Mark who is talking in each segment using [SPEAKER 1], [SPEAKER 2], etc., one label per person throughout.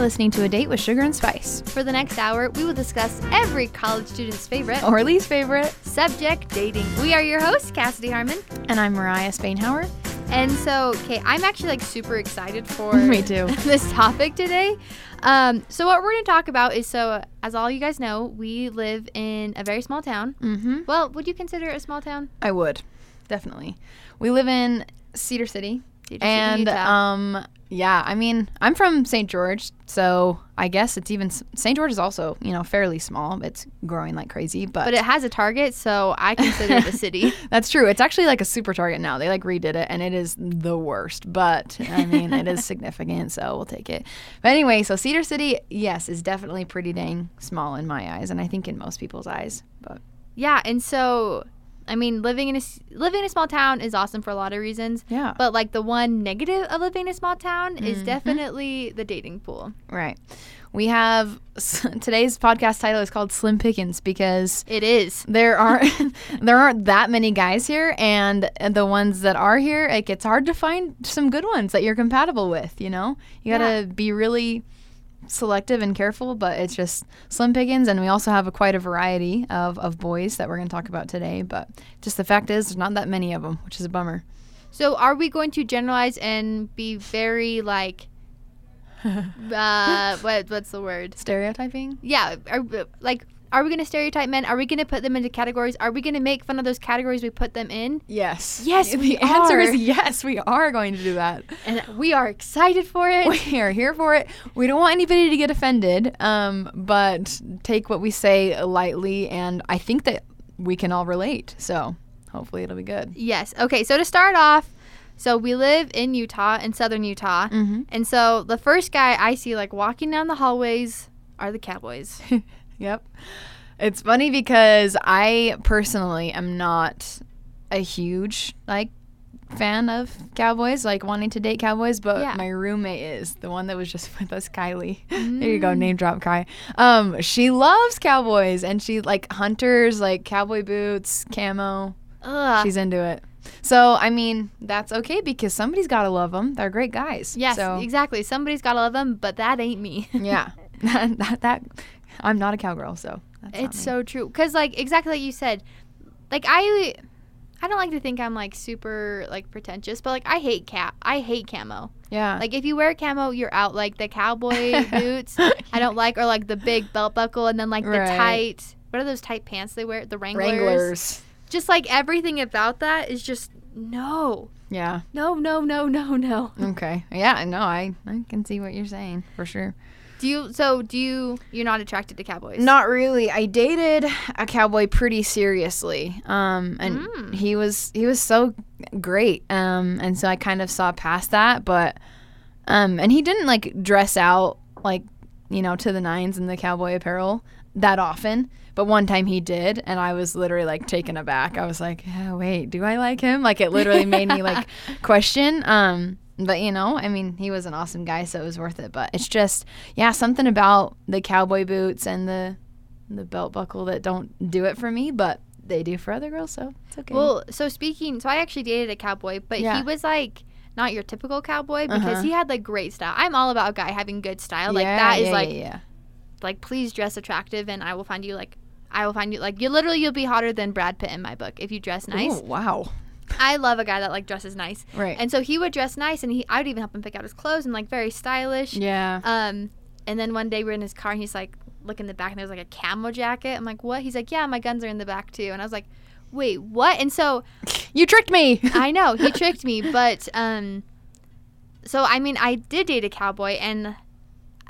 [SPEAKER 1] listening to A Date with Sugar and Spice,
[SPEAKER 2] For the next hour, we will discuss every college student's favorite
[SPEAKER 1] or least favorite.
[SPEAKER 2] subject dating. We are your hosts, Cassidy Harmon.
[SPEAKER 1] And I'm Mariah Spainhauer.
[SPEAKER 2] And so, okay, I'm actually like super excited for
[SPEAKER 1] Me too.
[SPEAKER 2] this topic today. Um, so what we're going to talk about is so as all you guys know, we live in a very small town.
[SPEAKER 1] Mm-hmm.
[SPEAKER 2] Well, would you consider it a small town?
[SPEAKER 1] I would, definitely. We live in Cedar City,
[SPEAKER 2] Cedar City,
[SPEAKER 1] and
[SPEAKER 2] Utah.
[SPEAKER 1] um, yeah. I mean, I'm from St. George, so I guess it's even s- St. George is also you know fairly small. It's growing like crazy, but,
[SPEAKER 2] But it has a Target, so I consider it a city.
[SPEAKER 1] that's true. It's actually like a super target now. They like redid it, and it is the worst. But I mean, it is significant, so we'll take it. But anyway, so Cedar City, yes, is definitely pretty dang small in my eyes, and I think in most people's eyes. But
[SPEAKER 2] Yeah, and so I mean, living in a s- living in a small town is awesome for a lot of reasons.
[SPEAKER 1] yeah,
[SPEAKER 2] But like the one negative of living in a small town is
[SPEAKER 1] Mhm.
[SPEAKER 2] definitely the dating pool.
[SPEAKER 1] Right. We have today's podcast title is called Slim Pickings because
[SPEAKER 2] It is.
[SPEAKER 1] there are there aren't that many guys here and the ones that are here it gets hard to find some good ones that you're compatible with, you know? You got to be really selective and careful, but it's just slim pickings and we also have a quite a variety of of boys that we're going to talk about today, but just the fact is there's not that many of them, which is a bummer.
[SPEAKER 2] So are we going to generalize and be very like uh what what's the word?
[SPEAKER 1] Stereotyping?
[SPEAKER 2] Yeah, are, like are we going to stereotype men? Are we going to put them into categories? Are we going to make fun of those categories we put them in?
[SPEAKER 1] Yes.
[SPEAKER 2] Yes,
[SPEAKER 1] the
[SPEAKER 2] we
[SPEAKER 1] answer
[SPEAKER 2] are.
[SPEAKER 1] is yes, we are going to do that.
[SPEAKER 2] And we are excited for it.
[SPEAKER 1] we are here for it. We don't want anybody to get offended, um, but take what we say lightly. And I think that we can all relate. So hopefully it'll be good.
[SPEAKER 2] Yes. Okay, so to start off, so we live in Utah, in southern Utah.
[SPEAKER 1] Mm-hmm.
[SPEAKER 2] And so the first guy I see like walking down the hallways are the cowboys.
[SPEAKER 1] Yep. It's funny because I personally am not a huge like fan of cowboys, like wanting to date cowboys, but
[SPEAKER 2] Yeah.
[SPEAKER 1] my roommate is the one that was just with us, Kylie. There you go, name drop Kai. Um, she loves cowboys and she like hunters, like cowboy boots, camo.
[SPEAKER 2] Ugh.
[SPEAKER 1] She's into it. So I mean, that's okay because somebody's got to love them. They're great guys.
[SPEAKER 2] yes,
[SPEAKER 1] So
[SPEAKER 2] exactly. Somebody's got to love them, but that ain't me.
[SPEAKER 1] yeah, that, that, that- I'm not a cowgirl, so that's not
[SPEAKER 2] It's
[SPEAKER 1] me.
[SPEAKER 2] so true. Cause like exactly like you said, like I, I don't like to think I'm like super like pretentious, but like I hate cat. I hate camo.
[SPEAKER 1] yeah.
[SPEAKER 2] Like if you wear camo, you're out. Like the cowboy boots, I don't like, or like the big belt buckle, and then like the
[SPEAKER 1] Right.
[SPEAKER 2] tight. What are those tight pants they wear? The Wranglers.
[SPEAKER 1] Wranglers.
[SPEAKER 2] Just like everything about that is just no,
[SPEAKER 1] Yeah.
[SPEAKER 2] no, no, no, no, no.
[SPEAKER 1] Okay. Yeah. I know. I I can see what you're saying for sure.
[SPEAKER 2] Do you? So do you? You're not attracted to cowboys.
[SPEAKER 1] Not really. I dated a cowboy pretty seriously, um, and
[SPEAKER 2] Mm.
[SPEAKER 1] he was he was so great, um, and so I kind of saw past that. But um, and he didn't like dress out like you know to the nines in the cowboy apparel that often. But one time he did, and I was literally like taken aback. I was like, oh, "Wait, do I like him?" Like it literally made me like question. Um, but you know, I mean, he was an awesome guy, so it was worth it. But it's just, yeah, something about the cowboy boots and the the belt buckle that don't do it for me, but they do for other girls, so it's okay.
[SPEAKER 2] Well, so speaking, so I actually dated a cowboy, but
[SPEAKER 1] Yeah.
[SPEAKER 2] he was like not your typical cowboy because
[SPEAKER 1] Uh-huh.
[SPEAKER 2] he had like great style. I'm all about a guy having good style. Like that is
[SPEAKER 1] yeah,
[SPEAKER 2] like
[SPEAKER 1] yeah, yeah.
[SPEAKER 2] like please dress attractive and I will find you like I will find you like you literally you'll be hotter than Brad Pitt in my book if you dress nice.
[SPEAKER 1] Ooh, wow.
[SPEAKER 2] I love a guy that like dresses nice.
[SPEAKER 1] Right.
[SPEAKER 2] And so he would dress nice and he I would even help him pick out his clothes and like very stylish.
[SPEAKER 1] yeah.
[SPEAKER 2] Um and then one day we're in his car and he's like look in the back and there's like a camo jacket. I'm like, "What?" He's like, "Yeah, my guns are in the back too." And I was like, "Wait, what?" And so
[SPEAKER 1] you tricked me.
[SPEAKER 2] I know he tricked me, but um, so I mean, I did date a cowboy, and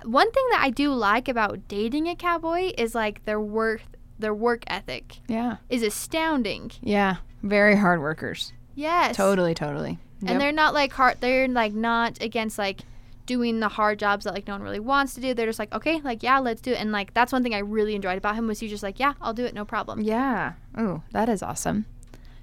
[SPEAKER 2] one thing that I do like about dating a cowboy is like their work, their work ethic
[SPEAKER 1] yeah.
[SPEAKER 2] is astounding.
[SPEAKER 1] Yeah. Very hard workers.
[SPEAKER 2] Yes,
[SPEAKER 1] Totally, totally.
[SPEAKER 2] And they're not like hard. They're like not against like doing the hard jobs that like no one really wants to do. They're just like okay, like yeah, let's do it. And like that's one thing I really enjoyed about him was he just like yeah, I'll do it, no problem.
[SPEAKER 1] Yeah. Ooh, that is awesome.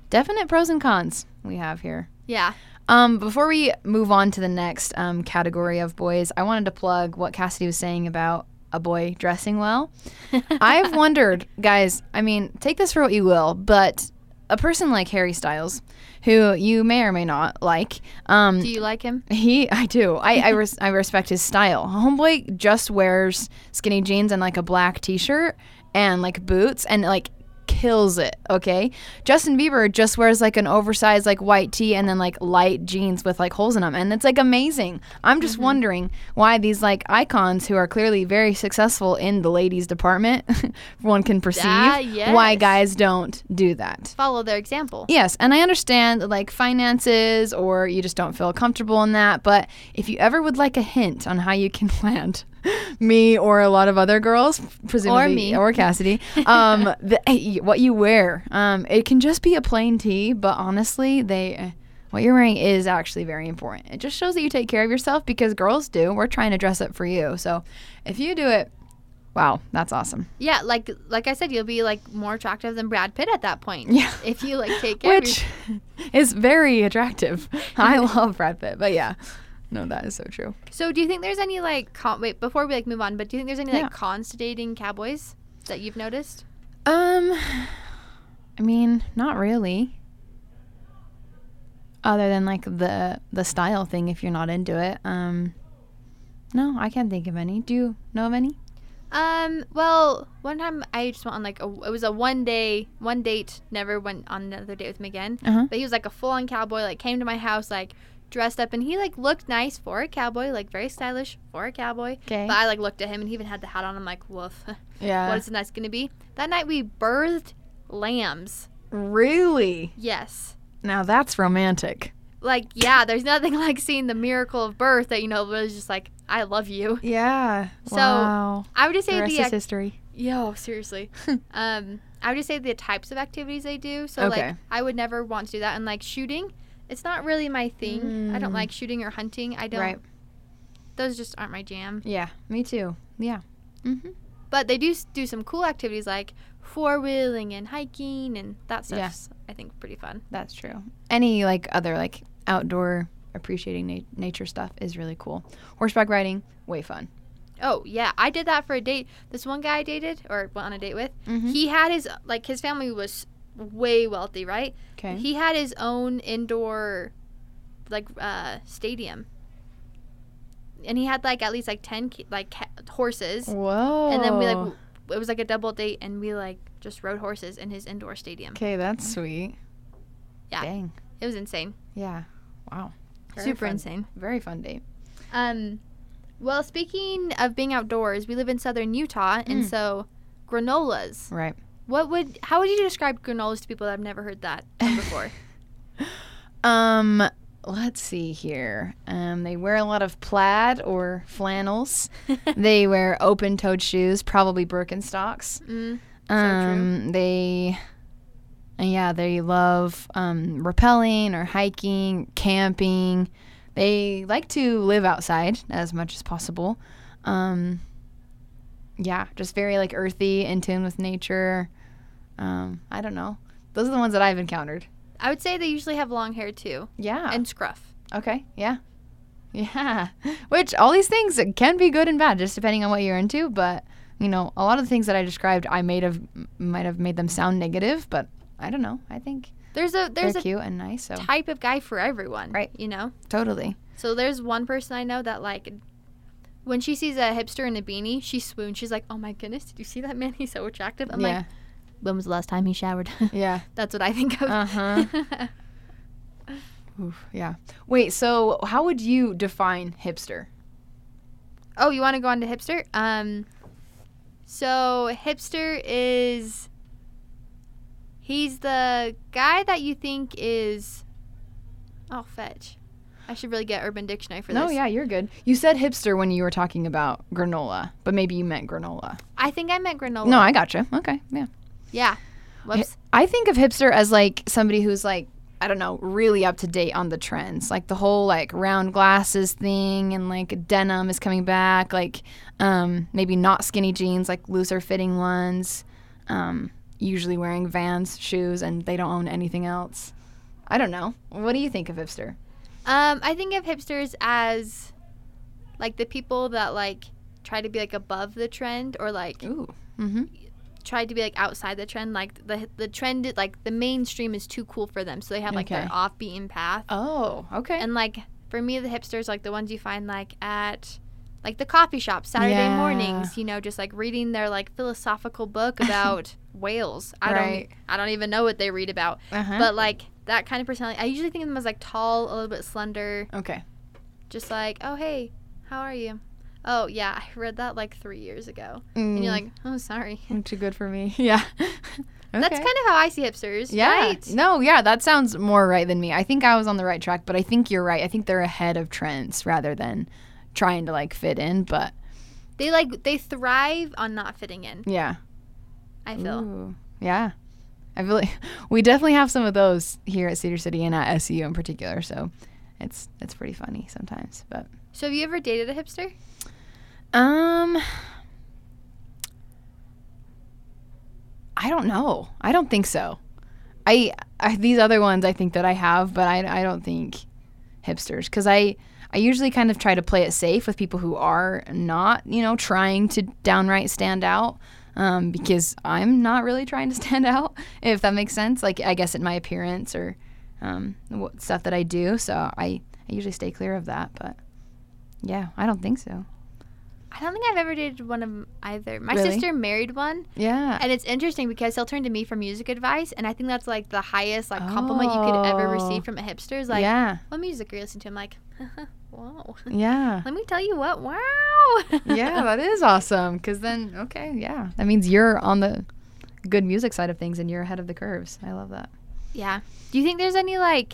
[SPEAKER 1] Definite pros and cons we have here.
[SPEAKER 2] Yeah.
[SPEAKER 1] Um, before we move on to the next um, category of boys, I wanted to plug what Cassidy was saying about a boy dressing well. I've wondered, guys, I mean, take this for what you will, but a person like Harry Styles, who you may or may not like, um,
[SPEAKER 2] Do you like him?
[SPEAKER 1] he, I do. I I, res- I respect his style. Homeboy just wears skinny jeans and like a black t-shirt and like boots and like kills it. Okay. Justin Bieber just wears like an oversized like white tee and then like light jeans with like holes in them, and it's like amazing. I'm just
[SPEAKER 2] Mm-hmm.
[SPEAKER 1] wondering why these like icons who are clearly very successful in the ladies department, one can perceive
[SPEAKER 2] Ah,
[SPEAKER 1] why
[SPEAKER 2] yes.
[SPEAKER 1] guys don't do that.
[SPEAKER 2] Follow their example.
[SPEAKER 1] Yes, and I understand like finances or you just don't feel comfortable in that, but if you ever would like a hint on how you can land me or a lot of other girls, presumably
[SPEAKER 2] me.
[SPEAKER 1] or Cassidy, um, the, eh, what you wear, um, it can just be a plain tee, but honestly, they eh, what you're wearing is actually very important. It just shows that you take care of yourself because girls do. We're trying to dress up for you, so if you do it, wow, that's awesome.
[SPEAKER 2] Yeah, like like I said, you'll be like more attractive than Brad Pitt at that point.
[SPEAKER 1] Yeah.
[SPEAKER 2] If you like take care of
[SPEAKER 1] which is very attractive. I love Brad Pitt, but yeah, no, that is so true.
[SPEAKER 2] your- So do you think there's any like con- wait before we like move on, but do you think there's any
[SPEAKER 1] Yeah.
[SPEAKER 2] like cons to dating cowboys that you've noticed?
[SPEAKER 1] Um, I mean, not really. Other than like the the style thing, if you're not into it, um, no, I can't think of any. Do you know of any?
[SPEAKER 2] Um, well, one time I just went on like a it was a one day one date, never went on another date with him again.
[SPEAKER 1] Uh-huh.
[SPEAKER 2] But he was like a full on cowboy, like came to my house like dressed up and he like looked nice for a cowboy, like very stylish for a cowboy.
[SPEAKER 1] 'Kay.
[SPEAKER 2] But I like looked at him and he even had the hat on. I'm like, woof.
[SPEAKER 1] Yeah.
[SPEAKER 2] what is the night's gonna be? That night we birthed lambs.
[SPEAKER 1] really?
[SPEAKER 2] Yes.
[SPEAKER 1] Now that's romantic.
[SPEAKER 2] Like, yeah, there's nothing like seeing the miracle of birth that you know was just like, I love you.
[SPEAKER 1] Yeah.
[SPEAKER 2] So,
[SPEAKER 1] wow.
[SPEAKER 2] I would just
[SPEAKER 1] The
[SPEAKER 2] say
[SPEAKER 1] rest
[SPEAKER 2] the
[SPEAKER 1] is
[SPEAKER 2] ac-
[SPEAKER 1] history.
[SPEAKER 2] yo, seriously. um, I would just say the types of activities they do. So
[SPEAKER 1] Okay.
[SPEAKER 2] like, I would never want to do that. And like shooting, it's not really my thing. I don't
[SPEAKER 1] Mm.
[SPEAKER 2] like shooting or hunting. I don't.
[SPEAKER 1] Right.
[SPEAKER 2] Those just aren't my jam.
[SPEAKER 1] Yeah. Me too. Yeah. Mm-hmm.
[SPEAKER 2] But they do s- do some cool activities like four wheeling and hiking and that
[SPEAKER 1] Yeah.
[SPEAKER 2] stuff's I think pretty fun.
[SPEAKER 1] That's true. Any like other like outdoor appreciating na- nature stuff is really cool. Horseback riding, way fun.
[SPEAKER 2] Oh yeah, I did that for a date. This one guy I dated or went on a date with,
[SPEAKER 1] Mhm.
[SPEAKER 2] he had his like his family was way wealthy, right?
[SPEAKER 1] Okay.
[SPEAKER 2] He had his own indoor like uh stadium. And he had like at least like 10 ki- like ca- horses.
[SPEAKER 1] Whoa.
[SPEAKER 2] And then we like w- it was like a double date and we like just rode horses in his indoor stadium.
[SPEAKER 1] Okay, that's sweet.
[SPEAKER 2] Yeah.
[SPEAKER 1] Dang.
[SPEAKER 2] It was insane.
[SPEAKER 1] Yeah. Wow. Very
[SPEAKER 2] Super
[SPEAKER 1] fun-
[SPEAKER 2] insane.
[SPEAKER 1] Very fun date.
[SPEAKER 2] Um well, speaking of being outdoors, we live in southern Utah and
[SPEAKER 1] Mm.
[SPEAKER 2] so granolas
[SPEAKER 1] Right.
[SPEAKER 2] What would how would you describe granolas to people that have never heard that term before?
[SPEAKER 1] Um. Let's see here. Um, they wear a lot of plaid or flannels. they wear open-toed shoes, probably Birkenstocks.
[SPEAKER 2] mm. So true.
[SPEAKER 1] um, They, and yeah, they love um, rappelling or hiking, camping. They like to live outside as much as possible. Um, yeah, just very like earthy, in tune with nature. Um, I don't know. Those are the ones that I've encountered.
[SPEAKER 2] I would say they usually have long hair too
[SPEAKER 1] Yeah.
[SPEAKER 2] and scruff.
[SPEAKER 1] okay. Yeah. Yeah. Which all these things can be good and bad, just depending on what you're into. But you know, a lot of the things that I described, I made have might have made them sound negative, but I don't know. I think
[SPEAKER 2] There's a there's
[SPEAKER 1] they're
[SPEAKER 2] a
[SPEAKER 1] cute and nice. So
[SPEAKER 2] type of guy for everyone,
[SPEAKER 1] Right.
[SPEAKER 2] You know.
[SPEAKER 1] totally.
[SPEAKER 2] So there's one person I know that like when she sees a hipster in a beanie, she swoons. She's like, "Oh my goodness, did you see that man? He's so attractive." I'm
[SPEAKER 1] yeah.
[SPEAKER 2] like, "When was the last time he showered?"
[SPEAKER 1] yeah.
[SPEAKER 2] That's what I think of.
[SPEAKER 1] Uh-huh. Oof, yeah. Wait. So how would you define hipster?
[SPEAKER 2] Oh, you want to go on to hipster? Um, so hipster is he's the guy that you think is. Oh, fetch! I should really get Urban Dictionary for
[SPEAKER 1] No.
[SPEAKER 2] this.
[SPEAKER 1] Yeah, you're good. You said hipster when you were talking about granola, but maybe you meant granola.
[SPEAKER 2] I think I meant granola.
[SPEAKER 1] No, I gotcha. Okay. Yeah.
[SPEAKER 2] yeah. Whoops.
[SPEAKER 1] I think of hipster as like somebody who's like I don't know, really up to date on the trends. Like the whole like round glasses thing and like denim is coming back, like um maybe not skinny jeans, like looser fitting ones. Um usually wearing Vans shoes and they don't own anything else. I don't know. What do you think of hipster?
[SPEAKER 2] Um, I think of hipsters as like the people that like try to be like above the trend or like
[SPEAKER 1] Ooh. Mhm.
[SPEAKER 2] tried to be like outside the trend. Like the the trend, like the mainstream is too cool for them, so they have like their
[SPEAKER 1] Okay.
[SPEAKER 2] off-beaten path.
[SPEAKER 1] Oh, okay.
[SPEAKER 2] And like for me, the hipsters like the ones you find like at like the coffee shop Saturday
[SPEAKER 1] Yeah.
[SPEAKER 2] mornings. You know, just like reading their like philosophical book about whales. I
[SPEAKER 1] Right.
[SPEAKER 2] don't I don't even know what they read about,
[SPEAKER 1] uh-huh.
[SPEAKER 2] but like that kind of personality. I usually think of them as like tall, a little bit slender,
[SPEAKER 1] okay.
[SPEAKER 2] just like oh hey, how are you? Oh yeah, I read that like three years ago, and you're like oh sorry.
[SPEAKER 1] like Mm. too good for me. Yeah.
[SPEAKER 2] That's kind of how I see hipsters,
[SPEAKER 1] yeah.
[SPEAKER 2] right?
[SPEAKER 1] No, yeah, that sounds more right than me. I think I was on the right track, but I think you're right. I think they're ahead of trends rather than trying to like fit in, but
[SPEAKER 2] They like they thrive on not fitting in.
[SPEAKER 1] yeah.
[SPEAKER 2] I feel
[SPEAKER 1] Ooh, Yeah. I feel like we definitely have some of those here at Cedar City and at SU in particular, so it's it's pretty funny sometimes. But
[SPEAKER 2] so. Have you ever dated a hipster?
[SPEAKER 1] um I don't know. I don't think so. I, I these other ones I think that I have, but I, I don't think hipsters because I I usually kind of try to play it safe with people who are not you know trying to downright stand out um, because I'm not really trying to stand out if that makes sense. Like I guess in my appearance or um, what stuff that I do, so I I usually stay clear of that. But yeah, I don't think so.
[SPEAKER 2] I don't think I've ever dated one of 'em either. My
[SPEAKER 1] Really?
[SPEAKER 2] sister married one,
[SPEAKER 1] Yeah.
[SPEAKER 2] and it's interesting because he'll turn to me for music advice, and I think that's like the highest like compliment you could ever
[SPEAKER 1] Oh.
[SPEAKER 2] receive from a hipster. Is like,
[SPEAKER 1] yeah.
[SPEAKER 2] what music are you listening to? I'm like, wow.
[SPEAKER 1] Yeah.
[SPEAKER 2] Let me tell you what, wow.
[SPEAKER 1] yeah, that is awesome. Because then, okay, yeah, that means you're on the good music side of things and you're ahead of the curves. I love that.
[SPEAKER 2] yeah. Do you think there's any like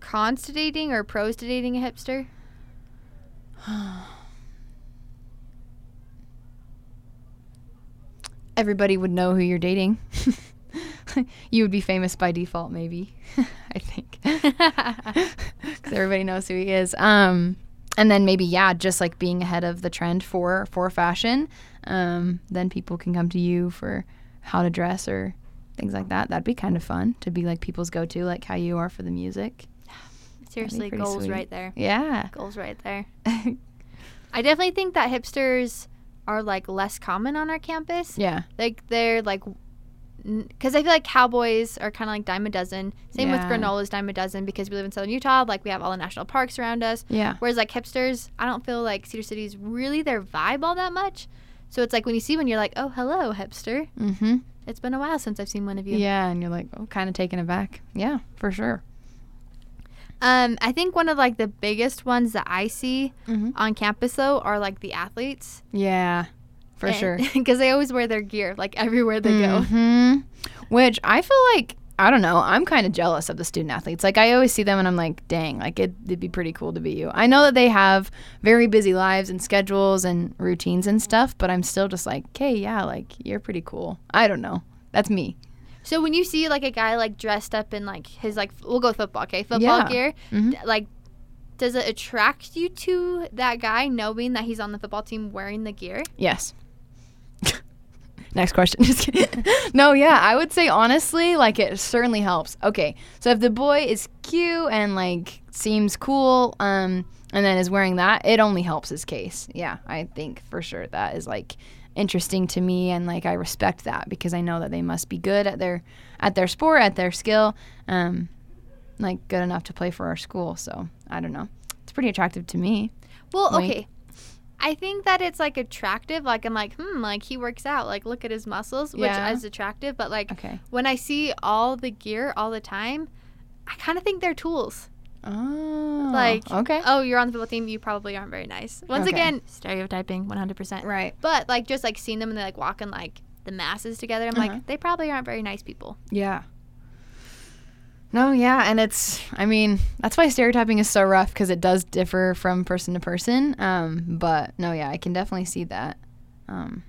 [SPEAKER 2] cons to dating or pros to dating a hipster?
[SPEAKER 1] Everybody would know who you're dating. you would be famous by default, maybe. I think because everybody knows who he is. Um, and then maybe yeah, just like being ahead of the trend for for fashion. Um, then people can come to you for how to dress or things like that. That'd be kind of fun to be like people's go to, like how you are for the music.
[SPEAKER 2] Seriously,
[SPEAKER 1] pretty
[SPEAKER 2] goals
[SPEAKER 1] sweet.
[SPEAKER 2] right there.
[SPEAKER 1] Yeah.
[SPEAKER 2] Goals right there. I definitely think that hipsters are like less common on our campus.
[SPEAKER 1] yeah.
[SPEAKER 2] like they're like because I feel like cowboys are kind of like dime a dozen. Same
[SPEAKER 1] Yeah.
[SPEAKER 2] with granolas, dime a dozen because we live in southern Utah. Like we have all the national parks around us.
[SPEAKER 1] Yeah.
[SPEAKER 2] Whereas like hipsters, I don't feel like Cedar City's really their vibe all that much. So it's like when you see one, you're like, oh, hello, hipster.
[SPEAKER 1] Mm-hmm.
[SPEAKER 2] It's been a while since I've seen one of you.
[SPEAKER 1] Yeah, and you're like, oh, kind of taken aback. Yeah, for sure.
[SPEAKER 2] Um, I think one of like the biggest ones that I see
[SPEAKER 1] Mhm.
[SPEAKER 2] on campus though are like the athletes.
[SPEAKER 1] Yeah, for sure.
[SPEAKER 2] Because they always wear their gear like everywhere Eh. they go.
[SPEAKER 1] Mhm. Which I feel like I don't know. I'm kind of jealous of the student athletes. Like I always see them, and I'm like, dang, like it, it'd be pretty cool to be you. I know that they have very busy lives and schedules and routines and stuff, but I'm still just like, okay, yeah, like you're pretty cool. I don't know. That's me.
[SPEAKER 2] So when you see like a guy like dressed up in like his like f- we'll go with football, okay, football
[SPEAKER 1] Yeah.
[SPEAKER 2] gear,
[SPEAKER 1] Mhm.
[SPEAKER 2] d- like does it attract you to that guy knowing that he's on the football team wearing the gear?
[SPEAKER 1] Yes. Next question. Just kidding. no, yeah, I would say honestly, like it certainly helps. Okay, so if the boy is cute and like seems cool, um, and then is wearing that, it only helps his case. Yeah, I think for sure that is like interesting to me, and like I respect that because I know that they must be good at their at their sport, at their skill, um, like good enough to play for our school. So I don't know, it's pretty attractive to me.
[SPEAKER 2] Well,
[SPEAKER 1] Wink.
[SPEAKER 2] okay. I think that it's like attractive. Like I'm like, hmm, like he works out. Like look at his muscles, which
[SPEAKER 1] Yeah.
[SPEAKER 2] is attractive. But like
[SPEAKER 1] Okay.
[SPEAKER 2] when I see all the gear all the time, I kind of think they're tools.
[SPEAKER 1] Oh.
[SPEAKER 2] Like,
[SPEAKER 1] okay.
[SPEAKER 2] Oh, you're on the football team. You probably aren't very nice. Once
[SPEAKER 1] Okay.
[SPEAKER 2] again, stereotyping, 100. percent
[SPEAKER 1] Right.
[SPEAKER 2] But like just like seeing them and they like walking like the masses together, I'm
[SPEAKER 1] Uh-huh.
[SPEAKER 2] like they probably aren't very nice people.
[SPEAKER 1] Yeah. No, yeah, and it's I mean, that's why stereotyping is so rough because it does differ from person to person. Um, but no, yeah, I can definitely see that. Um,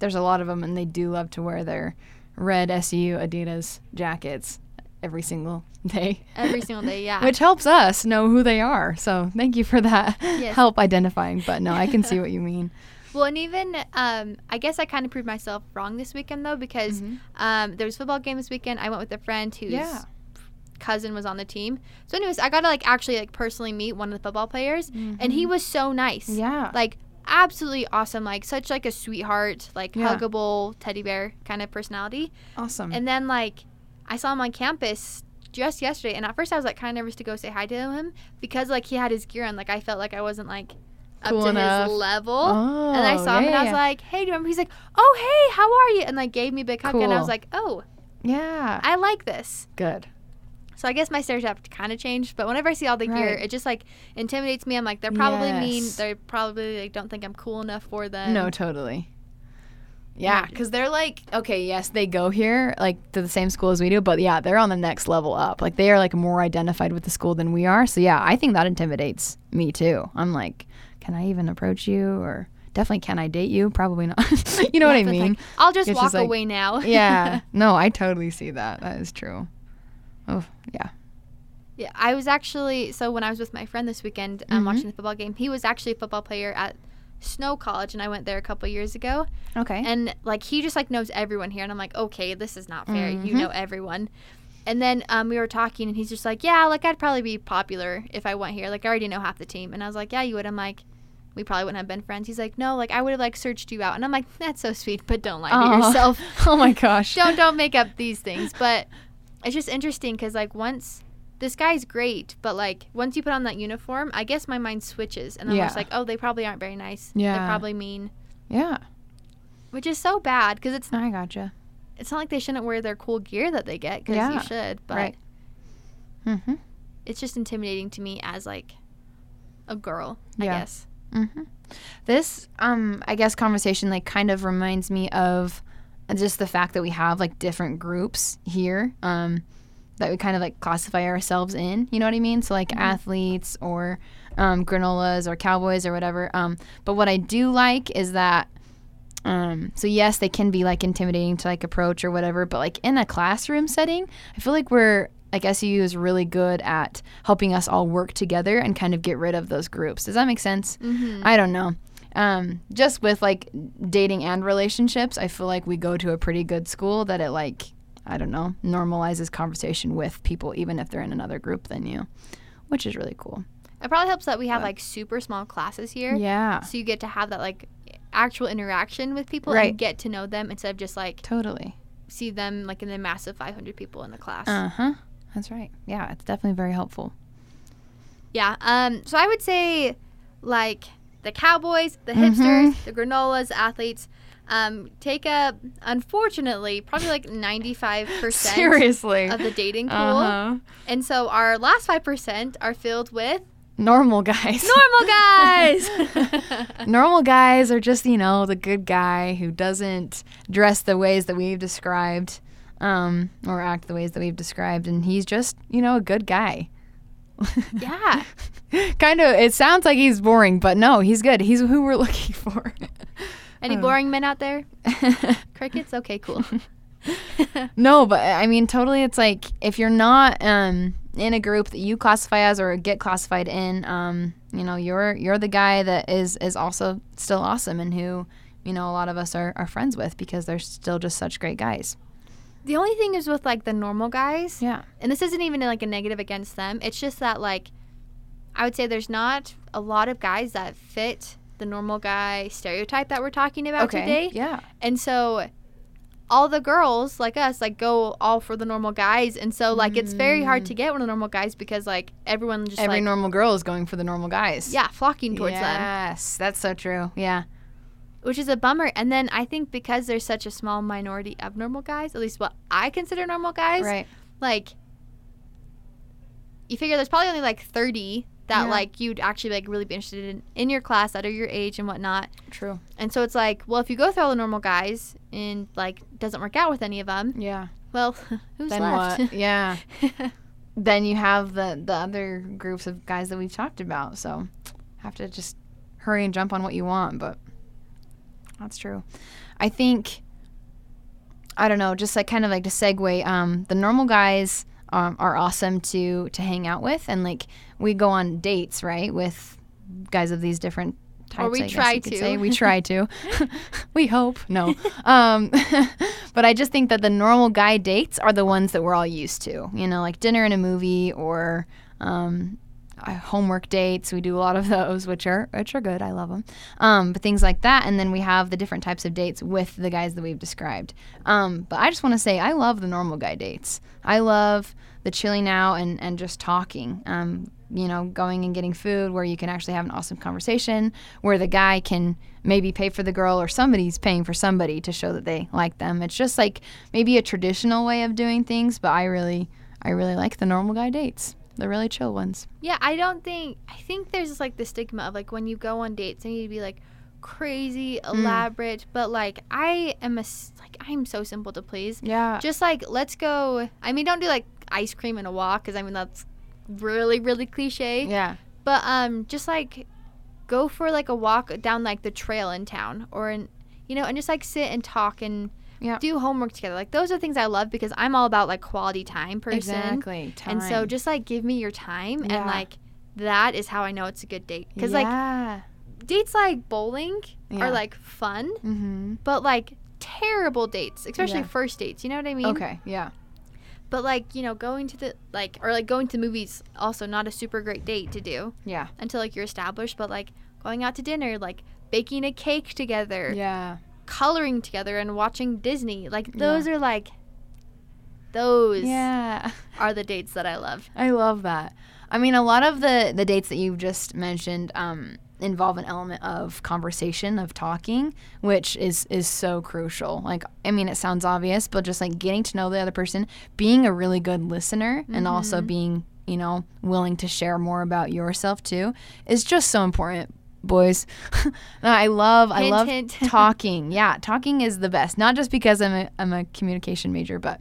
[SPEAKER 1] there's a lot of them and they do love to wear their red SU Adidas jackets every single day.
[SPEAKER 2] Every single day, yeah.
[SPEAKER 1] Which helps us know who they are. So, thank you for that
[SPEAKER 2] Yes.
[SPEAKER 1] help identifying, but no, I can see what you mean.
[SPEAKER 2] well, and even um, I guess I kind of proved myself wrong this weekend though because
[SPEAKER 1] Mhm.
[SPEAKER 2] um, there was football game this weekend. I went with a friend whose
[SPEAKER 1] Yeah.
[SPEAKER 2] cousin was on the team. So, anyways, I got to like actually like personally meet one of the football players, and he was so nice.
[SPEAKER 1] Mm-hmm. Yeah.
[SPEAKER 2] Like absolutely awesome, like such like a sweetheart, like
[SPEAKER 1] Yeah. Mm-hmm.
[SPEAKER 2] huggable teddy bear kind of personality.
[SPEAKER 1] Awesome.
[SPEAKER 2] And then like I saw him on campus just yesterday, and at first I was like kind of nervous to go say hi to him because like he had his gear on. Like I felt like I wasn't like up
[SPEAKER 1] Cool
[SPEAKER 2] to
[SPEAKER 1] enough.
[SPEAKER 2] his level.
[SPEAKER 1] oh,
[SPEAKER 2] and I saw him,
[SPEAKER 1] yeah,
[SPEAKER 2] and I was
[SPEAKER 1] yeah,
[SPEAKER 2] like, "Hey, do you remember?" He's like, "Oh, hey, how are you?" And like gave me a big hug, and I
[SPEAKER 1] Cool.
[SPEAKER 2] was like, "Oh,
[SPEAKER 1] yeah.
[SPEAKER 2] I like this."
[SPEAKER 1] Good.
[SPEAKER 2] So I guess my stare trap kind of changed, but whenever I see all the gear,
[SPEAKER 1] Right.
[SPEAKER 2] it just like intimidates me. I'm like, they're probably mean.
[SPEAKER 1] Yes.
[SPEAKER 2] They probably like don't think I'm cool enough for them.
[SPEAKER 1] no, totally. Yeah, because they're like, okay, yes, they go here, like to the same school as we do, but yeah, they're on the next level up. Like they are like more identified with the school than we are. So yeah, I think that intimidates me too. I'm like, can I even approach you? Or definitely, can I date you? Probably not. you know
[SPEAKER 2] Yeah,
[SPEAKER 1] what I
[SPEAKER 2] but it's
[SPEAKER 1] mean?
[SPEAKER 2] like, I'll just
[SPEAKER 1] It's
[SPEAKER 2] walk
[SPEAKER 1] just like-
[SPEAKER 2] away now.
[SPEAKER 1] yeah. No, I totally see that. That is true. Oh, yeah.
[SPEAKER 2] Yeah, I was actually so when I was with my friend this weekend um,
[SPEAKER 1] Mhm.
[SPEAKER 2] watching the football game. He was actually a football player at Snow College, and I went there a couple years ago.
[SPEAKER 1] Okay.
[SPEAKER 2] And like he just like knows everyone here, and I'm like, okay, this is not fair.
[SPEAKER 1] Mhm.
[SPEAKER 2] You know everyone. And then um, we were talking, and he's just like, yeah, like I'd probably be popular if I went here. Like I already know half the team, and I was like, yeah, you would. I'm like. We probably wouldn't have been friends. He's like, no, like I would have like searched you out, and I'm like, that's so sweet, but don't lie
[SPEAKER 1] Aw.
[SPEAKER 2] to yourself
[SPEAKER 1] oh my gosh.
[SPEAKER 2] don't don't make up these things but it's just interesting because like once this guy's great but like once you put on that uniform i guess my mind switches and i'm just
[SPEAKER 1] Yeah.
[SPEAKER 2] like oh they probably aren't very nice
[SPEAKER 1] Yeah.
[SPEAKER 2] they're probably mean
[SPEAKER 1] Yeah,
[SPEAKER 2] which is so bad because it's
[SPEAKER 1] I gotcha.
[SPEAKER 2] it's not like they shouldn't wear their cool gear that they get because
[SPEAKER 1] Yeah,
[SPEAKER 2] you should but
[SPEAKER 1] right. Mm-hmm.
[SPEAKER 2] it's just intimidating to me as like a girl
[SPEAKER 1] Yeah.
[SPEAKER 2] i guess
[SPEAKER 1] Mm-hmm. This, um, I guess, conversation like kind of reminds me of just the fact that we have like different groups here um, that we kind of like classify ourselves in. You know what I mean? So like athletes or um, granolas or cowboys or whatever. Um, but what I do like is that. Um, so yes, they can be like intimidating to like approach or whatever, but like in a classroom setting, I feel like we're like SU is really good at helping us all work together and kind of get rid of those groups. Does that make sense?
[SPEAKER 2] mm-hmm.
[SPEAKER 1] I don't know. Um, just with like dating and relationships, I feel like we go to a pretty good school that it like I don't know normalizes conversation with people even if they're in another group than you, which is really cool.
[SPEAKER 2] it probably helps that we have like super small classes here
[SPEAKER 1] Yeah,
[SPEAKER 2] so you get to have that like actual interaction with people
[SPEAKER 1] Right.
[SPEAKER 2] and get to know them instead of just like
[SPEAKER 1] totally.
[SPEAKER 2] see them like in the massive 500 people in the class.
[SPEAKER 1] Uh huh. That's right. Yeah, it's definitely very helpful.
[SPEAKER 2] Yeah. Um. So I would say, like the cowboys, the
[SPEAKER 1] Mhm.
[SPEAKER 2] hipsters, the granolas, the athletes, um, take up unfortunately probably like 95 percent
[SPEAKER 1] Seriously.
[SPEAKER 2] of the dating pool,
[SPEAKER 1] Uh-huh.
[SPEAKER 2] and so our last five percent are filled with
[SPEAKER 1] Normal guys.
[SPEAKER 2] normal guys.
[SPEAKER 1] Normal guys are just, you know, the good guy who doesn't dress the ways that we've described um, or act the ways that we've described. And he's just, you know, a good guy.
[SPEAKER 2] yeah.
[SPEAKER 1] kind of, it sounds like he's boring, but no, he's good. He's who we're looking for. Oh. Um,
[SPEAKER 2] Any boring men out there? Crickets. Okay. Cool.
[SPEAKER 1] No, but uh, I mean, totally. It's like if you're not um, in a group that you classify as or get classified in, um, you know, you're you're the guy that is is also still awesome and who, you know, a lot of us are, are friends with because they're still just such great guys.
[SPEAKER 2] the only thing is with like the normal guys.
[SPEAKER 1] Yeah.
[SPEAKER 2] and this isn't even like a negative against them. It's just that like I would say there's not a lot of guys that fit the normal guy stereotype that we're talking about
[SPEAKER 1] Okay.
[SPEAKER 2] today.
[SPEAKER 1] Yeah.
[SPEAKER 2] And so all the girls like us like go all for the normal guys and so like it's very hard to get one of the normal guys because like everyone just
[SPEAKER 1] Mm. Every
[SPEAKER 2] like
[SPEAKER 1] normal girl is going for the normal guys.
[SPEAKER 2] yeah, flocking towards them,
[SPEAKER 1] Yes, that's so true. Yeah.
[SPEAKER 2] which is a bummer. And then I think because there's such a small minority of normal guys, at least what I consider normal guys,
[SPEAKER 1] Right.
[SPEAKER 2] like you figure there's probably only like 30 that
[SPEAKER 1] Yeah.
[SPEAKER 2] like you'd actually like really be interested in in your class that are your age and whatnot
[SPEAKER 1] True.
[SPEAKER 2] and so it's like well if you go through all the normal guys and like doesn't work out with any of them
[SPEAKER 1] Yeah.
[SPEAKER 2] well who's
[SPEAKER 1] then
[SPEAKER 2] left
[SPEAKER 1] what? Yeah.
[SPEAKER 2] yeah.
[SPEAKER 1] then you have the the other groups of guys that we've talked about. So have to just hurry and jump on what you want, but that's true. I think I don't know, just like kind of like to segue, um, the normal guys um, are awesome to to hang out with and like we go on dates, right, with guys of these different types.
[SPEAKER 2] Or we
[SPEAKER 1] I guess
[SPEAKER 2] try
[SPEAKER 1] you could
[SPEAKER 2] to.
[SPEAKER 1] say. We try to. we hope. No. Um, but I just think that the normal guy dates are the ones that we're all used to. You know, like dinner and a movie or um, uh, homework dates. We do a lot of those, which are which are good. I love them. Um, but things like that, and then we have the different types of dates with the guys that we've described. Um, but I just want to say I love the normal guy dates. I love the chilling out and and just talking. Um, you know, going and getting food where you can actually have an awesome conversation where the guy can maybe pay for the girl or somebody's paying for somebody to show that they like them. It's just like maybe a traditional way of doing things, but I really I really like the normal guy dates. The really chill ones.
[SPEAKER 2] Yeah, I don't think I think there's just like the stigma of like when you go on dates, they need to be like crazy
[SPEAKER 1] Hmm.
[SPEAKER 2] elaborate, but like I am a s- like I'm so simple to please.
[SPEAKER 1] Yeah.
[SPEAKER 2] Just like let's go. I mean, don't do like ice cream and a walk because I mean that's really really cliche.
[SPEAKER 1] Yeah.
[SPEAKER 2] But um, just like go for like a walk down like the trail in town or in you know, and just like sit and talk and
[SPEAKER 1] Yeah.
[SPEAKER 2] do homework together. Like those are things I love because I'm all about like quality time person.
[SPEAKER 1] Exactly.
[SPEAKER 2] And so just like give me your time
[SPEAKER 1] Yeah.
[SPEAKER 2] and like that is how I know it's a good date because like
[SPEAKER 1] yeah.
[SPEAKER 2] dates like bowling
[SPEAKER 1] Yeah.
[SPEAKER 2] are like fun,
[SPEAKER 1] mm-hmm.
[SPEAKER 2] but like terrible dates, especially
[SPEAKER 1] Yeah.
[SPEAKER 2] first dates. You know what I mean?
[SPEAKER 1] Okay. Yeah.
[SPEAKER 2] But like you know, going to the like or like going to movies also not a super great date to do
[SPEAKER 1] Yeah.
[SPEAKER 2] until like you're established. But like going out to dinner, like baking a cake together,
[SPEAKER 1] Yeah.
[SPEAKER 2] coloring together, and watching Disney, like
[SPEAKER 1] Yeah.
[SPEAKER 2] those are like those
[SPEAKER 1] Yeah.
[SPEAKER 2] are the dates that I love.
[SPEAKER 1] I love that. I mean, a lot of the the dates that you've just mentioned um, involve an element of conversation, of talking, which is is so crucial. Like, I mean, it sounds obvious, but just like getting to know the other person, being a really good listener, and also
[SPEAKER 2] Mm-hmm.
[SPEAKER 1] being you know willing to share more about yourself too, is just so important. Boys, No, I love I
[SPEAKER 2] Hint,
[SPEAKER 1] love
[SPEAKER 2] hint.
[SPEAKER 1] talking. Yeah, talking is the best. Not just because I'm a, I'm a communication major, but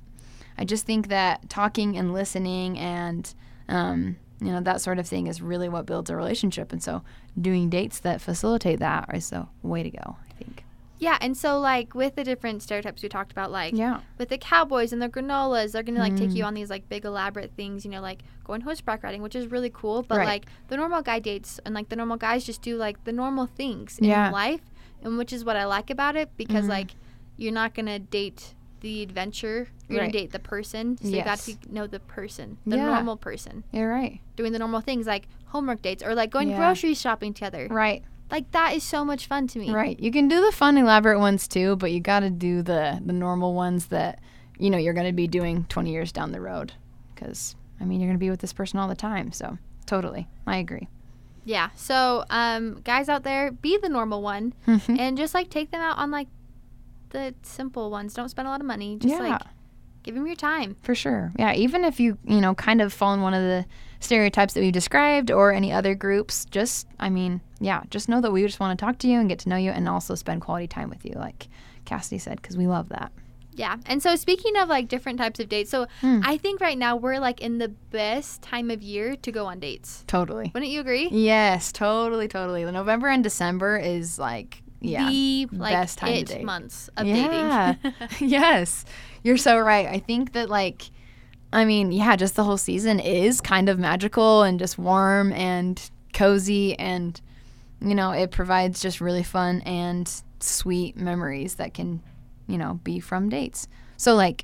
[SPEAKER 1] I just think that talking and listening and um, you know that sort of thing is really what builds a relationship. And so doing dates that facilitate that is the way to go. I think.
[SPEAKER 2] Yeah, and so like with the different stereotypes we talked about, like
[SPEAKER 1] Yeah. Mm.
[SPEAKER 2] with the cowboys and the granolas, they're gonna like take you on these like big elaborate things, you know, like going horseback riding, which is really cool. But
[SPEAKER 1] Right.
[SPEAKER 2] like the normal guy dates and like the normal guys just do like the normal things
[SPEAKER 1] Yeah.
[SPEAKER 2] in life, and which is what I like about it because
[SPEAKER 1] Mhm.
[SPEAKER 2] like you're not gonna date the adventure, you're
[SPEAKER 1] Right.
[SPEAKER 2] gonna date the person. So you
[SPEAKER 1] Yes.
[SPEAKER 2] got to know the person, the
[SPEAKER 1] Yeah.
[SPEAKER 2] normal person,
[SPEAKER 1] You're right.
[SPEAKER 2] doing the normal things like homework dates or like going
[SPEAKER 1] Yeah.
[SPEAKER 2] grocery shopping together.
[SPEAKER 1] Right.
[SPEAKER 2] Like that is so much fun to me.
[SPEAKER 1] Right. You can do the fun, elaborate ones too, but you got to do the the normal ones that you know you're going to be doing 20 years down the road. Because I mean, you're going to be with this person all the time. So totally, I agree.
[SPEAKER 2] Yeah. So, um, guys out there, be the normal one
[SPEAKER 1] Mm-hmm.
[SPEAKER 2] and just like take them out on like the simple ones. Don't spend a lot of money. Just
[SPEAKER 1] Yeah.
[SPEAKER 2] like give them your time.
[SPEAKER 1] For sure. Yeah. Even if you, you know, kind of fall in one of the stereotypes that we've described or any other groups, just, I mean, yeah, just know that we just want to talk to you and get to know you and also spend quality time with you, like Cassidy said, because we love that.
[SPEAKER 2] Yeah. And so, speaking of like different types of dates, so
[SPEAKER 1] Hmm.
[SPEAKER 2] I think right now we're like in the best time of year to go on dates.
[SPEAKER 1] Totally.
[SPEAKER 2] Wouldn't you agree?
[SPEAKER 1] Yes, totally, totally. The November and December is like, yeah.
[SPEAKER 2] The like
[SPEAKER 1] best time to
[SPEAKER 2] it
[SPEAKER 1] date.
[SPEAKER 2] months of
[SPEAKER 1] yeah.
[SPEAKER 2] dating.
[SPEAKER 1] yes. You're so right. I think that like I mean, yeah, just the whole season is kind of magical and just warm and cozy and you know, it provides just really fun and sweet memories that can, you know, be from dates. So like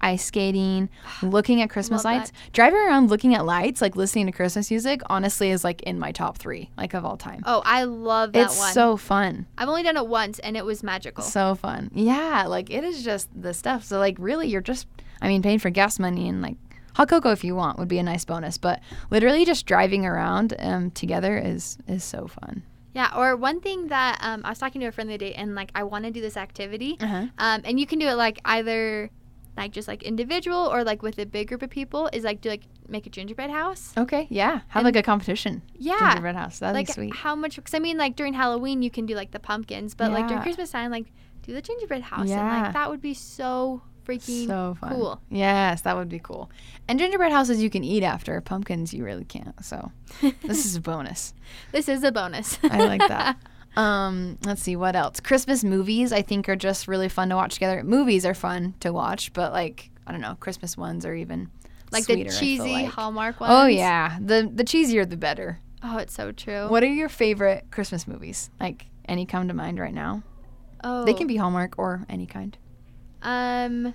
[SPEAKER 1] ice skating, looking at Christmas
[SPEAKER 2] Love that.
[SPEAKER 1] lights, driving around looking at lights, like listening to Christmas music, honestly is like in my top 3 like of all time.
[SPEAKER 2] oh, I love that
[SPEAKER 1] it's
[SPEAKER 2] one.
[SPEAKER 1] so fun.
[SPEAKER 2] I've only done it once and it was magical.
[SPEAKER 1] So fun. Yeah, like it is just the stuff. So like really you're just I mean paying for gas money and like hot cocoa if you want would be a nice bonus, but literally just driving around um together is is so fun.
[SPEAKER 2] Yeah, or one thing that um, I was talking to a friend the other day, and like I want to do this activity,
[SPEAKER 1] Uh-huh.
[SPEAKER 2] um, and you can do it like either like just like individual or like with a big group of people is like do like make a gingerbread house.
[SPEAKER 1] Okay, yeah. Have
[SPEAKER 2] And-
[SPEAKER 1] like a competition.
[SPEAKER 2] Yeah,
[SPEAKER 1] Gingerbread house. That'd
[SPEAKER 2] like
[SPEAKER 1] be sweet.
[SPEAKER 2] how much? Because I mean, like during Halloween you can do like the pumpkins, but like during
[SPEAKER 1] Yeah.
[SPEAKER 2] Christmas time, like do the gingerbread house, and
[SPEAKER 1] Yeah.
[SPEAKER 2] like that would be so freaking
[SPEAKER 1] So fun.
[SPEAKER 2] cool.
[SPEAKER 1] Yes, that would be cool. And gingerbread houses you can eat after. Pumpkins you really can't. So this is a bonus.
[SPEAKER 2] This is a bonus.
[SPEAKER 1] I like that. Um, let's see what else. Christmas movies I think are just really fun to watch together. Movies are fun to watch, but like I don't know, Christmas ones are even
[SPEAKER 2] like
[SPEAKER 1] sweeter, I
[SPEAKER 2] the
[SPEAKER 1] feel
[SPEAKER 2] cheesy
[SPEAKER 1] like.
[SPEAKER 2] Hallmark ones.
[SPEAKER 1] Oh yeah, the the cheesier the better.
[SPEAKER 2] Oh, it's so true.
[SPEAKER 1] What are your favorite Christmas movies? Like any come to mind right now?
[SPEAKER 2] Oh,
[SPEAKER 1] They can be Hallmark or any kind.
[SPEAKER 2] Um,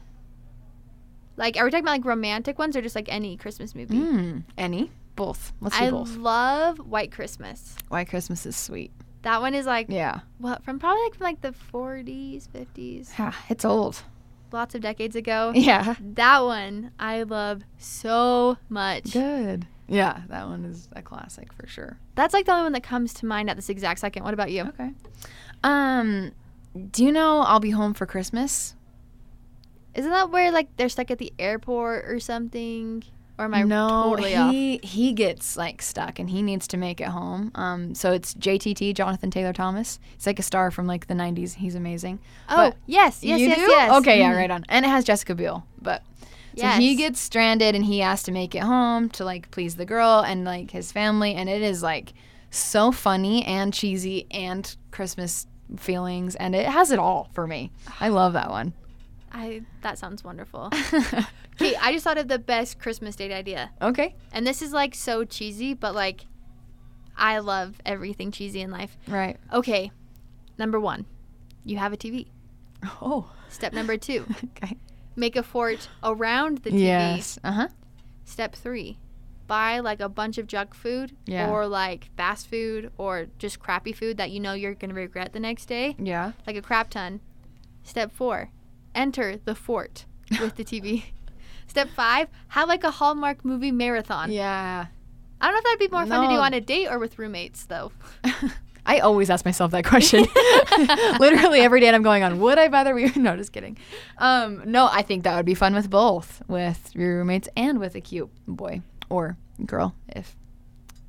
[SPEAKER 2] like, are we talking about like romantic ones or just like Mm. any Christmas movie?
[SPEAKER 1] Mm, any? Both. Let's do
[SPEAKER 2] I
[SPEAKER 1] both.
[SPEAKER 2] love White Christmas.
[SPEAKER 1] White Christmas is sweet.
[SPEAKER 2] That one is like
[SPEAKER 1] Yeah.
[SPEAKER 2] what from probably like from like the 40s, 50s,
[SPEAKER 1] Yeah, it's old.
[SPEAKER 2] lots of decades ago.
[SPEAKER 1] Yeah.
[SPEAKER 2] That one I love so much.
[SPEAKER 1] Good. Yeah, that one is a classic for sure.
[SPEAKER 2] That's like the only one that comes to mind at this exact second. What about you?
[SPEAKER 1] Okay. Um, do you know I'll be home for Christmas?
[SPEAKER 2] Isn't that where like they're stuck at the airport or something? Or am I totally off?
[SPEAKER 1] he he gets like stuck and he needs to make it home. Um, so it's JTT Jonathan Taylor Thomas. He's like a star from like the '90s. He's amazing.
[SPEAKER 2] Oh,
[SPEAKER 1] but
[SPEAKER 2] yes, yes,
[SPEAKER 1] you
[SPEAKER 2] yes,
[SPEAKER 1] do?
[SPEAKER 2] yes.
[SPEAKER 1] Okay, yeah,
[SPEAKER 2] Mhm.
[SPEAKER 1] right on. And it has Jessica Biel, but So
[SPEAKER 2] Yes.
[SPEAKER 1] he gets stranded and he has to make it home to like please the girl and like his family and it is like so funny and cheesy and Christmas feelings and it has it all for me. I love that one.
[SPEAKER 2] I that sounds wonderful. Okay, I just thought of the best Christmas date idea.
[SPEAKER 1] okay.
[SPEAKER 2] And this is like so cheesy, but like I love everything cheesy in life.
[SPEAKER 1] Right.
[SPEAKER 2] Okay. Number 1. You have a TV.
[SPEAKER 1] Oh.
[SPEAKER 2] Step number 2.
[SPEAKER 1] Okay.
[SPEAKER 2] Make a fort around the TV.
[SPEAKER 1] Yes. Uh-huh.
[SPEAKER 2] Step 3. Buy like a bunch of junk food
[SPEAKER 1] Yeah.
[SPEAKER 2] or like fast food or just crappy food that you know you're going to regret the next day,
[SPEAKER 1] Yeah.
[SPEAKER 2] like a crap ton. Step 4. Enter the fort with the TV. Step 5. Have like a Hallmark movie marathon.
[SPEAKER 1] Yeah.
[SPEAKER 2] I don't know if that'd be more fun to do
[SPEAKER 1] No.
[SPEAKER 2] on a date or with roommates, though.
[SPEAKER 1] I always ask myself that question. Literally every day, and I'm going on, would I bother we? No, just kidding. Um, no, I think that would be fun with both, with your roommates and with a cute boy or girl, if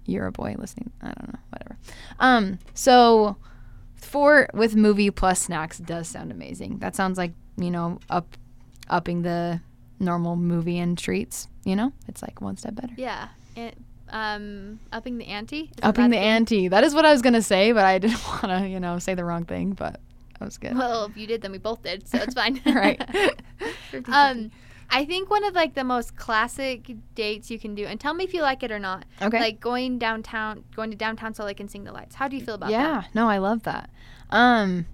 [SPEAKER 1] you're a boy listening. I don't know, whatever. Um, so four with movie plus snacks does sound amazing. That sounds like you know up upping the normal movie and treats. You know, it's like one step better.
[SPEAKER 2] Yeah. It, um, upping the ante. Is that
[SPEAKER 1] Upping the
[SPEAKER 2] bad?
[SPEAKER 1] ante. That is what I was gonna say, but I didn't want to, you know, say the wrong thing. But that was good.
[SPEAKER 2] Well, if you did, then we both did, so it's fine.
[SPEAKER 1] right.
[SPEAKER 2] um, I think one of like the most classic dates you can do, and tell me if you like it or not.
[SPEAKER 1] okay.
[SPEAKER 2] Like going downtown, going to downtown Salt Lake and seeing the lights. How do you feel about
[SPEAKER 1] yeah. No, I love that. Um,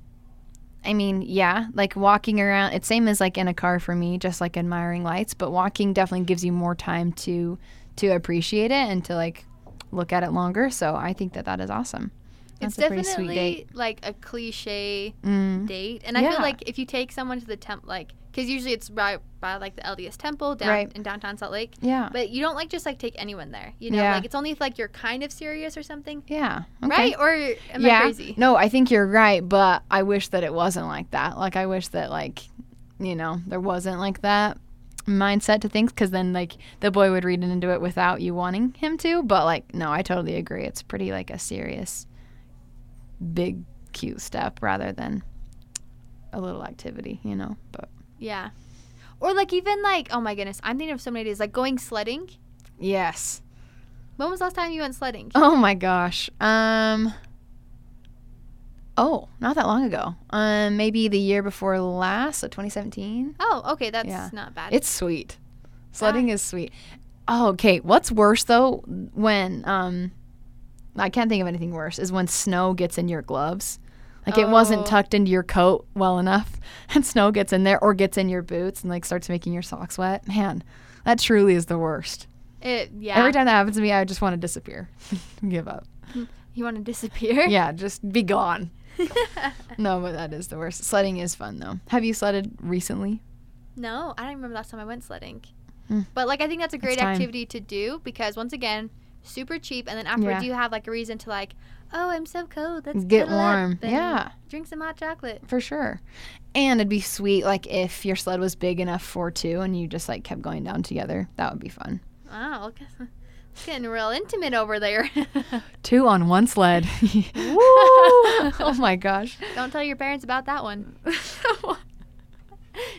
[SPEAKER 1] I mean, yeah, like walking around. It's same as like in a car for me, just like admiring lights. But walking definitely gives you more time to to appreciate it and to like look at it longer. So I think that that is awesome.
[SPEAKER 2] that? It's
[SPEAKER 1] That's a pretty sweet
[SPEAKER 2] definitely like a cliche
[SPEAKER 1] Mm.
[SPEAKER 2] date, and I
[SPEAKER 1] Yeah.
[SPEAKER 2] feel like if you take someone to the temp, like because usually it's right by like the LDS Temple down
[SPEAKER 1] Right.
[SPEAKER 2] in downtown Salt Lake.
[SPEAKER 1] Yeah.
[SPEAKER 2] But you don't like just like take anyone there, you know.
[SPEAKER 1] Yeah.
[SPEAKER 2] Like it's only if like you're kind of serious or something,
[SPEAKER 1] yeah. Okay.
[SPEAKER 2] right? Or am I crazy?
[SPEAKER 1] No, I think you're right, but I wish that it wasn't like that. Like I wish that like, you know, there wasn't like that mindset to things cuz then like the boy would read into it without you wanting him to, but like no, I totally agree. It's pretty like a serious big cute step rather than a little activity, you know. But
[SPEAKER 2] Yeah. Or like even like oh my goodness, I'm thinking of so many days like going sledding.
[SPEAKER 1] yes.
[SPEAKER 2] When was the last time you went sledding?
[SPEAKER 1] Oh my gosh. Um Oh, not that long ago. Um maybe the year before last, so 2017.
[SPEAKER 2] Oh, okay, that's
[SPEAKER 1] Yeah.
[SPEAKER 2] not bad.
[SPEAKER 1] It's sweet. Sledding
[SPEAKER 2] Ah.
[SPEAKER 1] is sweet. Oh, okay. What's worse though when um I can't think of anything worse is when snow gets in your gloves. Like it
[SPEAKER 2] Oh.
[SPEAKER 1] wasn't tucked into your coat well enough and snow gets in there or gets in your boots and like starts making your socks wet. Man, that truly is the worst.
[SPEAKER 2] It- yeah.
[SPEAKER 1] Every time that happens to me, I just want to disappear. Give up.
[SPEAKER 2] you want to disappear.
[SPEAKER 1] Yeah, just be gone. No, but that is the worst. Sledding is fun though. Have you sledded recently?
[SPEAKER 2] no, I don't remember the last time I went sledding.
[SPEAKER 1] Hmm.
[SPEAKER 2] But like I think that's a great
[SPEAKER 1] time.
[SPEAKER 2] activity to do because once again, super cheap and then afterwards
[SPEAKER 1] Yeah.
[SPEAKER 2] you have like a reason to like, oh, I'm so cold. Let's
[SPEAKER 1] Get
[SPEAKER 2] cuddle up
[SPEAKER 1] warm.
[SPEAKER 2] and
[SPEAKER 1] Yeah.
[SPEAKER 2] Drink some hot chocolate.
[SPEAKER 1] for sure. And it'd be sweet, like if your sled was big enough for two, and you just like kept going down together. That would be fun.
[SPEAKER 2] Wow. okay. It's getting real intimate over there.
[SPEAKER 1] Two on one sled. Woo! oh my gosh.
[SPEAKER 2] Don't tell your parents about that one.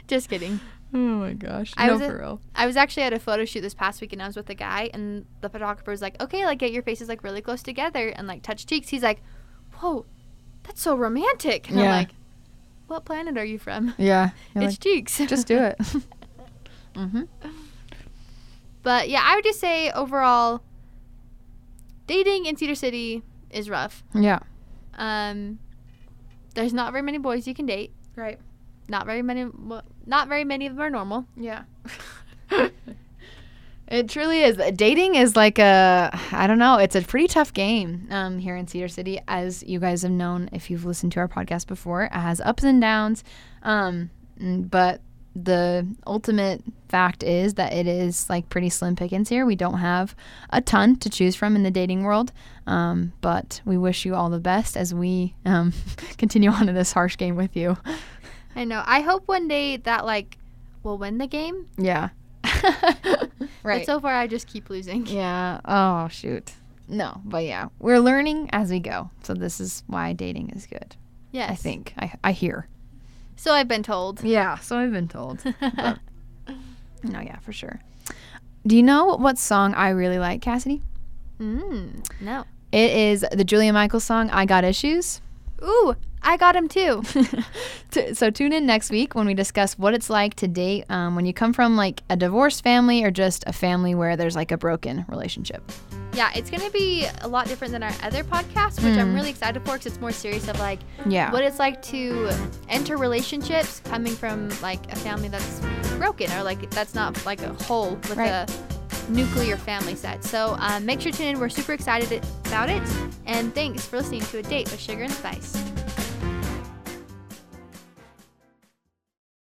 [SPEAKER 2] Just kidding.
[SPEAKER 1] Oh my gosh.
[SPEAKER 2] I
[SPEAKER 1] no,
[SPEAKER 2] was a-
[SPEAKER 1] for real.
[SPEAKER 2] I was actually at a photo shoot this past week and I was with a guy and the photographer was like, "Okay, like get your faces like really close together and like touch cheeks." He's like, "Whoa, that's so romantic." And I'm
[SPEAKER 1] Yeah.
[SPEAKER 2] like, "What planet are you from?"
[SPEAKER 1] Yeah. You're
[SPEAKER 2] it's cheeks.
[SPEAKER 1] like, just do it. mm-hmm.
[SPEAKER 2] but yeah, I would just say overall dating in Cedar City is rough.
[SPEAKER 1] Yeah.
[SPEAKER 2] Um there's not very many boys you can date.
[SPEAKER 1] Right.
[SPEAKER 2] Not very many well, not very many of them are normal.
[SPEAKER 1] Yeah. It truly is. Dating is like a, I don't know, it's a pretty tough game um, here in Cedar City, as you guys have known if you've listened to our podcast before. It has ups and downs. Um, n- but the ultimate fact is that it is like pretty slim pickings here. We don't have a ton to choose from in the dating world. Um, but we wish you all the best as we um, continue on in this harsh game with you.
[SPEAKER 2] I know. I hope one day that like will win the game.
[SPEAKER 1] Yeah.
[SPEAKER 2] But so far, I just keep losing.
[SPEAKER 1] Yeah. Oh, shoot. No, but yeah, we're learning as we go. So this is why dating is good.
[SPEAKER 2] Yes.
[SPEAKER 1] I think. I, I hear.
[SPEAKER 2] So I've been told.
[SPEAKER 1] Yeah. So I've been told. But- no, yeah, for sure. Do you know what song I really like, Cassidy?
[SPEAKER 2] Mm, no.
[SPEAKER 1] It is the Julia Michaels song "I Got Issues."
[SPEAKER 2] Ooh, I got him too.
[SPEAKER 1] T- so tune in next week when we discuss what it's like to date um, when you come from like a divorced family or just a family where there's like a broken relationship.
[SPEAKER 2] yeah, it's gonna be a lot different than our other podcast, which
[SPEAKER 1] Hmm.
[SPEAKER 2] I'm really excited for because it's more serious of like
[SPEAKER 1] Yeah.
[SPEAKER 2] what it's like to enter relationships coming from like a family that's broken or like that's not like a whole with
[SPEAKER 1] Right.
[SPEAKER 2] a nuclear family set. So um, make sure to tune in. We're super excited about it. And thanks for listening to A Date with Sugar and Spice.